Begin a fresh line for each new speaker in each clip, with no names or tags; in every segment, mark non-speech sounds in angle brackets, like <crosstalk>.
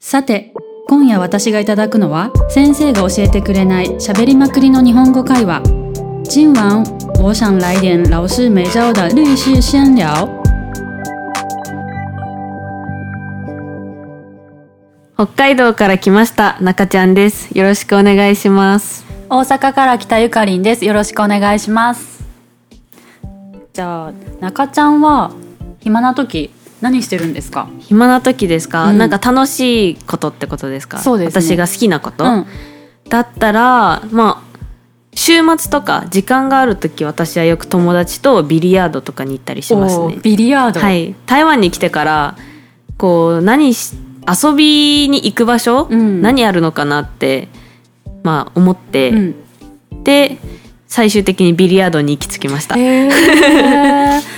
さて今夜私がいただくのは先生が教えてくれないしゃべりまくりの日本語会話今晚我想来点老师没教的律师闲聊
北海道から来ました中ちゃんですよろしくお願いします
大阪から来たゆかりんです。よろしくお願いします。
じゃあ
中ちゃんは暇な時何してるんですか？
暇な時ですか、
うん
なんか楽しいことってことですか
そうですね
私が好きなこと、
うん。
だったらまあ週末とか時間がある時私はよく友達とビリヤードとかに行ったりします
お
ね
ービリヤード。
はい台湾に来てからこう何し遊びに行く場所、
うん
何あるのかなってまあ思って、
うん。
で最終的にビリヤードに行き着きました
え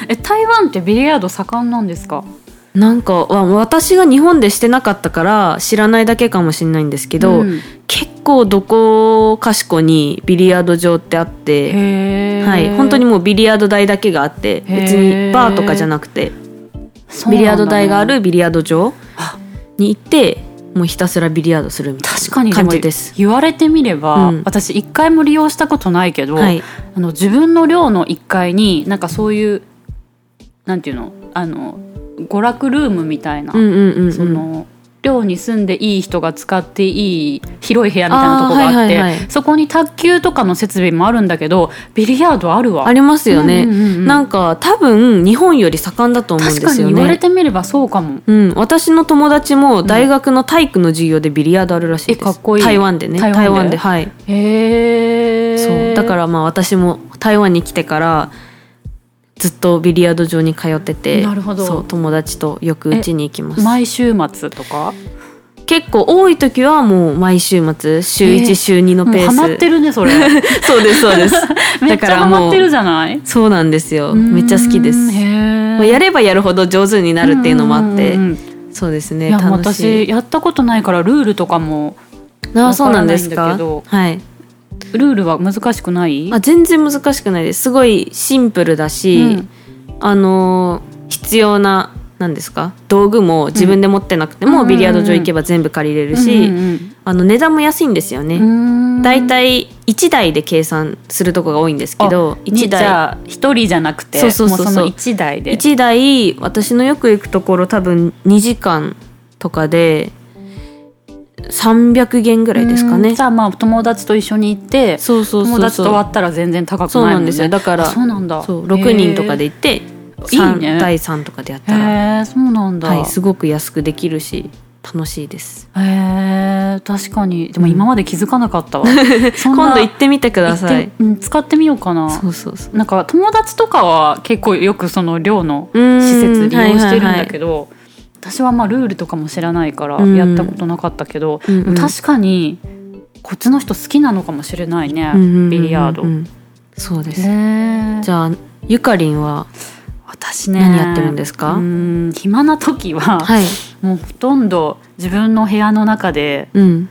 え台湾ってビリヤード盛んなんですか？
なんかわ私が日本でしてなかったから知らないだけかもしれないんですけど、
うん
結構どこかしこにビリヤード場ってあって、
へえ。
はい、本当にもうビリヤード台だけがあって
へー
別にバーとかじゃなくて
そうなんだね
ビリヤード台があるビリヤード場に行ってもうひたすらビリヤードするみたい
確かに
な
で
感
も
じです。
言われてみれば、
うん
私一回も利用したことないけど、
はい
あの自分の寮の1階になんかそういうなんていうのあの娯楽ルームみたいな、
うんうんうんうん、
その寮に住んでいい人が使っていい広い部屋みたいなとこがあって
あーはいはいはい
そこに卓球とかの設備もあるんだけどビリヤードあるわ
ありますよね、
うんうんうんうん
なんか多分日本より盛んだと思うんです
確
よね
かに言われてみればそうかも、
うん、私の友達も大学の体育の授業でビリヤードあるらしいです、
えかっこいい
台湾でね
台湾で
はい、
へえ
そうだかららまあ私も台湾に来てからずっとビリヤード場に通ってて
なるほど
そう友達とよくうちに行きます
毎週末とか
結構多い時はもう毎週末週1、
え
週2の
もう
ペース
ハマってるねそれ
<laughs> そうですそうです
<laughs>
<laughs>
めっ
だ
ち
か
ゃハ
ら
マ
も
ってる
う
じゃない
そうなんですよめっちゃ好きです
うーんへ
もう
え
やればやるほど上手になるっていうのもあって
うんうんうん
そうです
い
ね
や
楽しい
私やったことないからルールとかも
あそうなんです
わからないんだ
か
けど
はい
ルールは難しくない
あ全然難しくないですすごいシンプルだし、
うん
あのー必要な何ですか道具も自分で持ってなくても、
うん
ビリヤード場行けば全部借りれるし、
うんうん
あの値段も安いんですよね、
うん
だいたい1台で計算するとこが多いんですけど
あ
1
じ
台
ゃあ一人じゃなくて
そうそうそうそう
もうその一台で
1台私のよく行くところ多分2時間とかで300元ぐらいですか
うん
ね
じゃあまあ友達と一緒に行って
そうそうそうそう
友達と割ったら全然高く
そう
ないも
な
ん、ね、
んですよだから
あそうなんだ
そう6人とかで
へ
行って
いい
三
ね
対3とかでやったら
えそうなんだ、
はい、すごく安くできるし楽しいです
へえ確かにでも
うん
今まで気づかなか
<laughs>
ったわそんな
今度行ってみてくださ
行
い
ってうん使ってみようかな
そうそうそう
なんか友達とかは結構よくその寮の
うん
施設利用してるん
はいはいは
だ
い
けど、私はまあルールとかも知らないから
うん
やったことなかったけど、
うんうん
確かにこっちの人好きなのかもしれないね、
うんうんうんうん
ビリヤード。
そうです
へ
じゃあゆかりんは
私ね
何やってるんですか
うん暇な時は、
はい
もうほとんど自分の部屋の中で
うん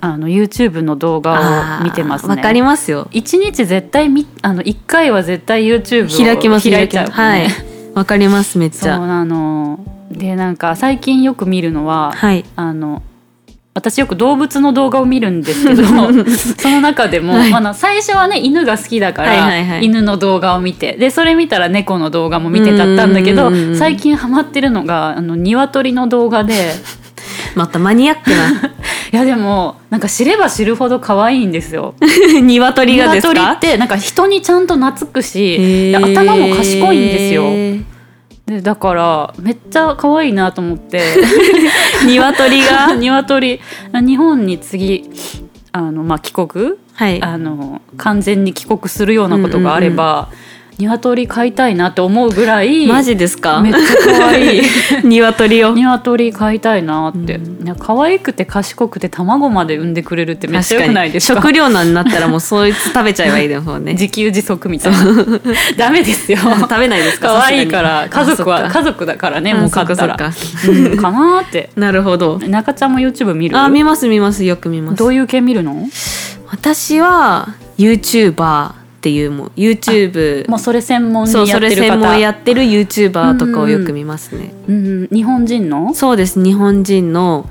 あの YouTube の動画を見てますね。
あーわかりますよ
一日絶対みあの一回は絶対 YouTube を
開きます
開いちゃう、
開きますはいわかりますめっち
そう
ゃ
なのでなんか最近よく見るのは、
はい
あの私よく動物の動画を見るんですけど
<laughs>
その中でも、
はい
あの最初はね犬が好きだから、
はいはいはい
犬の動画を見てでそれ見たら猫の動画も見てたったんだけど
うんうんうんうん
最近ハマってるのがあの鶏の動画
<laughs>
で
またマニアックない
やでもなんか知れば知るほど可愛いんですよ。
鶏がです
<laughs> 鶏っ
か
てなんか人にちゃんと懐くし、
へ
で
ー
頭も賢いんですよ。でだからめっちゃ可愛いなと思
<laughs>
って。
鶏 <laughs> が
鶏日本に次あの、まあ、帰国
はい
あの完全に帰国するようなことがあれば、鶏飼いたいなって思うぐらい
マジですか
めっちゃ可
<laughs>
愛い
鶏を
鶏飼いたいなって、
う
いや可愛くて賢くて卵まで産んでくれるってめっちゃ良くないですか
食糧難になったらもうそいつ食べちゃえばいいの方 <laughs> ね
自給自足みたいな <laughs> ダメです
<laughs>
よ
食べないですか
可愛いから
さ
家
すがに
族
あそ
は
っか
家族だからね
あ
もう飼ったら
そっかそっか
うんかなーって
なるほど
中ちゃんも YouTube 見る
あ見ます見ますよく見ます
どういう系見るの
私は YouTuber っていうもう YouTube
もうそれ専門に
そう
や
そ
って
れ
る
専門や
方
ってる YouTuber とかをよく見ますね、
うん、日本人の
そうです日本人の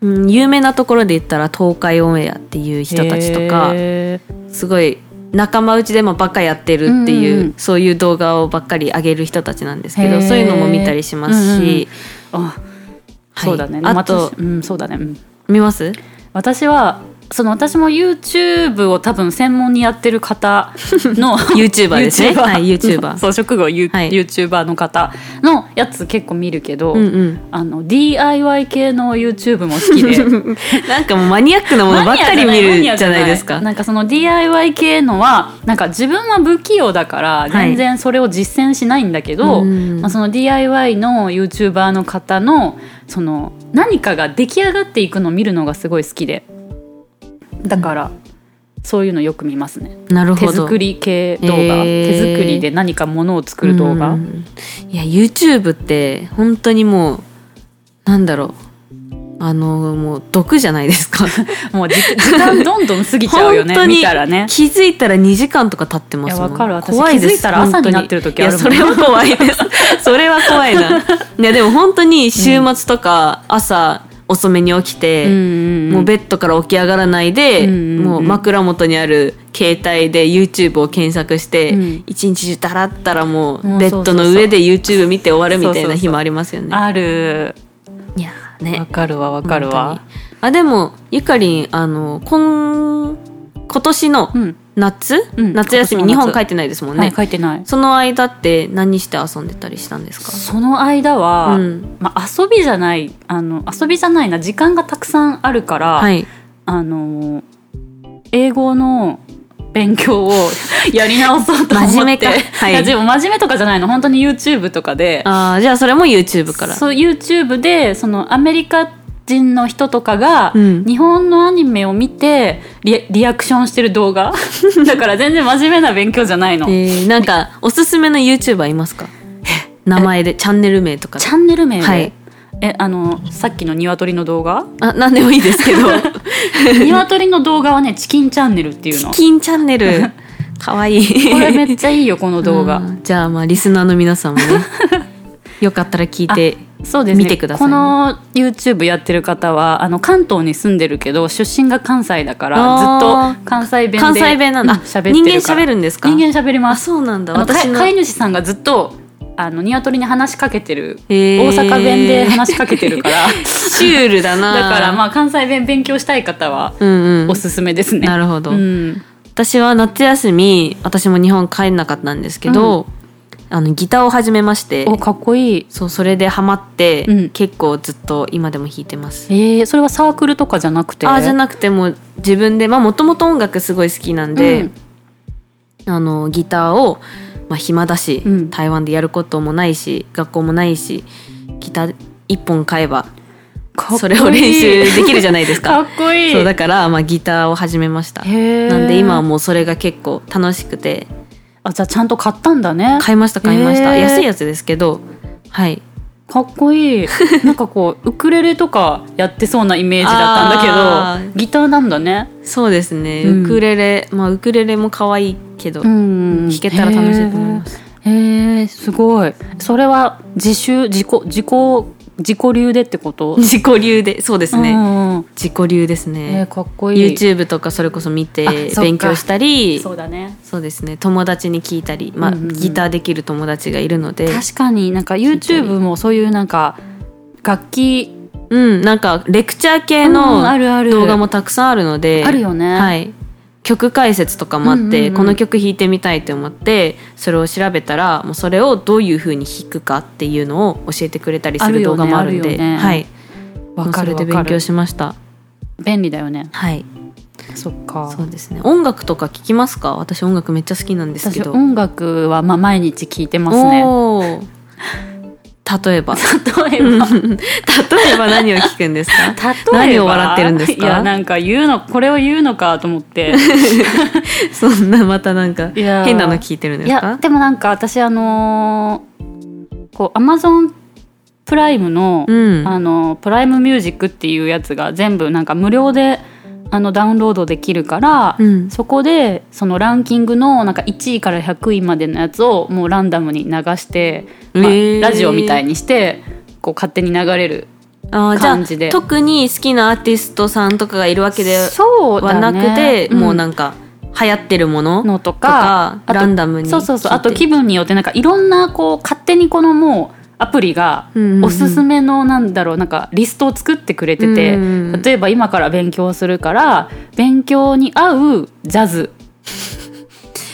うん、有名なところで言ったら東海オンエアっていう人たちとか
へ
すごい仲間内でもバカやってるっていう、
うんうん
そういう動画をばっかり上げる人たちなんですけ
へ
ど
ー
そういうのも見たりしますし、
ーあ
はい
そうだね、
あと
私うん、そうだね、うん
見
<laughs>
ます
私はその私も YouTube を多分専門にやってる方
<laughs>
の
YouTuber ですね
YouTuber
はい
<laughs>
YouTuber
そう職業、ユ
はい
YouTuber の方のやつ結構見るけど、
うんうん、
あの DIY 系の YouTube も好きで
なん <laughs> かもうマニアックなものばっかり見るじゃないですか。
なんかその DIY 系のはなんか自分は不器用だから
はい
全然それを実践しないんだけど、
うん
まあ、その DIY の YouTuber の方のその何かが出来上がっていくのを見るのがすごい好きでだから、そういうのよく見ますね
なる
手
ほど
作り系動画、
へー
手作りで何かものを作る動画、
うんいや YouTube って本当にもうなんだろうあのもう毒じゃないですか
もうじ時間どんどん過ぎちゃうよ
<laughs> 本当
ね
に
見たらね
気づいたら2時間とか経ってますも
い
ん
やわかる私
怖いで
気
す
づいたら朝になってる時あるもん
本当にいやそれは怖い <laughs> ですそれは怖いないやでも本当に週末とか朝遅めに起きて、も
も
うベッドから起き上がらないで、
うんうんうん
もう枕元にある携帯で YouTube を検索して、
うん
一日中だらったらも
も
う
う
ベッドの上で YouTube 見て終わるみたい
そうそ
な
うそう
日もありますよね。
ある
いやーね
わ。かるわわかるわ
本当に。あ、でも、ゆかりん、あの、今、今年の
うん
夏、
うん
夏休み、
今年
日
の夏
本帰ってないですもんね。
はい、書いてない
その間って何して遊んでたりしたんですか
その間は、
うん
まあ、遊びじゃないあの遊びじゃないな時間がたくさんあるから、
はい。
あの英語の勉
<laughs>
強をやり直そうと思って
真面目かはい
いやでも真面目とかじゃないの本当に YouTube とかで
ああ、じゃあそれも YouTube から。
そう YouTube でそのアメリカ人の人とかが、
うん
日本のアニメを見てリリアクションしてる動画
<laughs>
だから全然真面目な勉強じゃないの、
えー、なんかおすすめの YouTuber いますか名前でチャンネル名とかで
チャンネル名で、
はい
えあのさっきの鶏の動画
あ何でもいいですけ
<laughs>
ど
鶏の動画はねチキンチャンネルっていう
チ
のこ
キンチャンネルかわいい
れめっちゃいいよこの動
う
画
んじゃあまあリスナーの皆
<laughs>
さんもねよかったら聞いて
そうですね
見てくださ
こ
いね
の YouTube やってる方はあの関東に住んでるけど出身が関西だか
あ
ら
ー
ずっと関西弁で
関西弁なんだ、
う喋ってる
人間
から
喋るんですか
人間喋りま
あ
す
そうなんだ
あの
私の
飼い飼い主さんがずっとあの鶏に話しかけてる、
へー
大阪弁で話しかけてるから
<laughs> シュールだな
だからまあ関西弁勉強したい方は
うんうん
おすすめですね。
なるほど、
うん
私は夏休み私も日本帰んなかったんですけど、あのギターを始めまして
おかっこいい。
そうそれでハマって、
うん
結構ずっと今でも弾いてます
えー、それはサークルとかじゃなくて
あーじゃなくてもう自分でまあもともと音楽すごい好きなんで、あのギターを、まあ、暇だし、
うん
台湾でやることもないし学校もないしギター一本買えば
かっこいい
それを練習できるじゃないで
<laughs>
す
か
か
っこいい。
そうだから、まあ、ギターを始めました
へー
なんで今はもうそれが結構楽しくて
あじゃあちゃんと買ったんだね。
買いました買いました
へー
安いやつですけどはい
かっこ
<laughs>
いい。なんかこうウクレレとかやってそうなイメージだった
あ
んだけど
ー
ギターなんだね。
そうですね、
うん
ウクレレまあウクレレも可愛いけど、
ん
弾けたら楽しいと思います
へえすごいそれは自習自己自己自己流でってこと
自己流でそうですね、
うんうん
自己流ですね、
えーかっこいい
YouTube とかそれこそ見て
あそっか
勉強したりそ
そううだね
ですね友達に聞いたり、まあ
うんうんうん
ギターできる友達がいるので、
確かになんか
たり
YouTube もそういうなんか楽器
うん、なんかレクチャー系
うんあ
の
るある
動画もたくさんあるので、
あるよね
はい、曲解説とかもあって、
うんうんうん
この曲弾いてみたいと思ってそれを調べたらもうそれをどういう風に弾くかっていうのを教えてくれたりす
あ
る
るよね
動画もあるんで
あるよね
はい、
わかる
もう
わ
それで
か
勉強
る
しました。
便利だよね
はい、
そっか
そうですね音楽とか聞きますか私音楽めっちゃ好きなんですけ
私
ど
音楽はまあ毎日聴いてますね
おー例
<laughs>
えば
例えば <laughs>
例えば何を聞くんです <laughs> か
例えば
何を笑ってるんですか
いやなんか言うのこれを言うのかと思って
そんなまたなんか
いやー
変なの聞いてるん
<laughs>
で
い
す
や
か
でもなんか私あのーこうアマゾンプライムの、
うん
あのプライムミュージックっていうやつが全部なんか無料であのダウンロードできるから、
うん
そこでそのランキングのなんか1位から100位までのやつをもうランダムに流して、まあ
へー
ラジオみたいにしてこう勝手に流れる
あーじ
感じ
ゃ
で
あ特に好きなアーティストさんとかがいるわけで
そう
は
だ
なく
ね
て、
ん
もうなんか流行ってるもの
のとかあと
ランダムに
そうそうそうあと
聞いて
気分によってなんかいろんなこう勝手にこのもうアプリが
うんうんうん
おすすめのなんだろうなんかリストを作ってくれてて、
うんうんうん
例えば今から勉強するから勉強に合うジャズ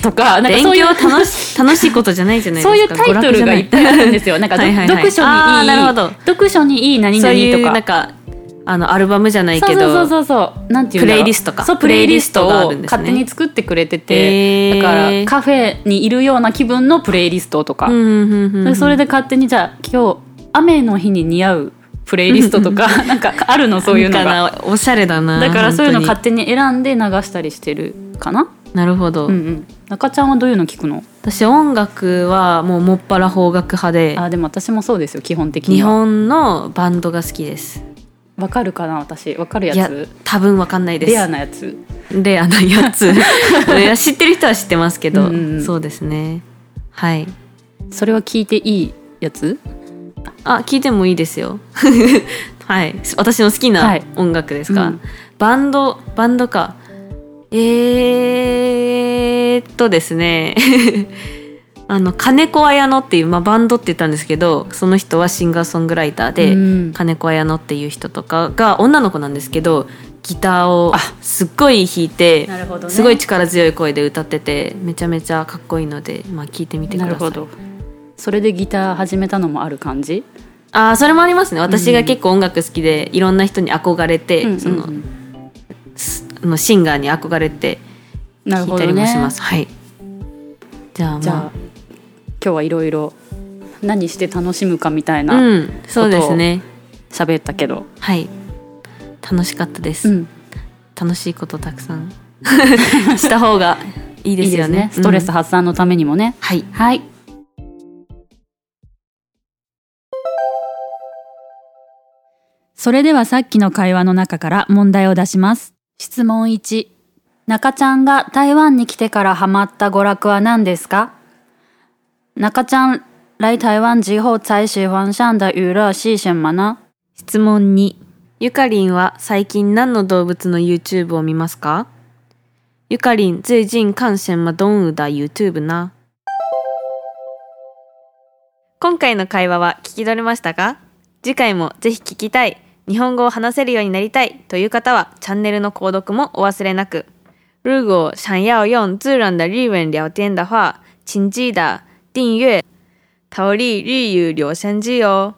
とかなんか
勉
そうい
強
う
楽し楽しいことじゃないじゃないですか
そういうタイトルがいっぱいあるんですよ。なんかど
はいはいはい
読書
あ
にい
ー
い
なるほど
読書にいい何
そう
々
いう
とか。
なんかあのアルバムじゃない
そ
け
う
ど
そうそうそうなんていうんだろう
プレイリストか
そうプレイリスト
プレイリストがあ
を
るんですね
勝手に作ってくれてて、
へー
だからカフェにいるような気分のプレイリストとか、
うんうんうんうん
でそれで勝手にじゃあ今日雨の日に似合うプレイリストと
<laughs>
かなんかあるのそういうのが
なんかおしゃれだな
だからそういうの勝
本
手に選んで流したりしてるかな
当になるほど、
うんうん中ちゃんはどういうの聞くの
私音楽はもうもっぱら邦楽派で
あでも私もそうですよ基本的に
日
は
本のバンドが好きです
わかるかな私わかる
い
や
や
つ
多分わかんないです
レアなやつ
レアな
<laughs>
やついや知ってる人は知ってますけど、
うんうん
そうですねはい
それは聞いていいやつ
あ聞いてもいいですよ <laughs> はい私の好き
は
ない音楽ですか、
うん
バンドバンドかえーっとですね <laughs> あの金子綾乃っていう、まあ、バンドって言ったんですけどその人はシンガーソングライターで、
うん
金子綾乃っていう人とかが女の子なんですけどギターをすっごい弾いて
なるほどね
すごい力強い声で歌っててめちゃめちゃかっこいいので、まあ、聞いてみてくだ
な
さい。
るほどそれでギター始めたのもある感じ
あーそれもありますね私が結構音楽好きで、いろんな人に憧れて、
うんうんうん
そのあのシンガーに憧れて
なる
弾
ほ
い
ど
たりも
ね
します、はいじゃあ
じゃあ、
ま
今日はいろいろ何して楽しむかみたい
あう
なん
そうですね
喋ったけど、
はい楽しかったです、
うん
楽しいことたくさん <laughs> した方がいいですよね
いいですねストレス
うん
発散のためにもね、
はい
はいそれではさっきの会話の中から問題を出します質問1中ちゃんが台湾に来てからハマった娯楽は何ですか中ちゃん来台湾之后才喜欢上的娱乐是什么呢
質問2ゆかりんは最近何の動物の YouTube を見ますかゆかりん最近看什么动物的 YouTube な今回の会話は聞き取れましたか次回もぜひ聞きたい日本語を話せるようになりたいという方はチャンネルの購読もお忘れなく如果想要用自然的日文聊天的话请记得订阅逃离日语留声机哦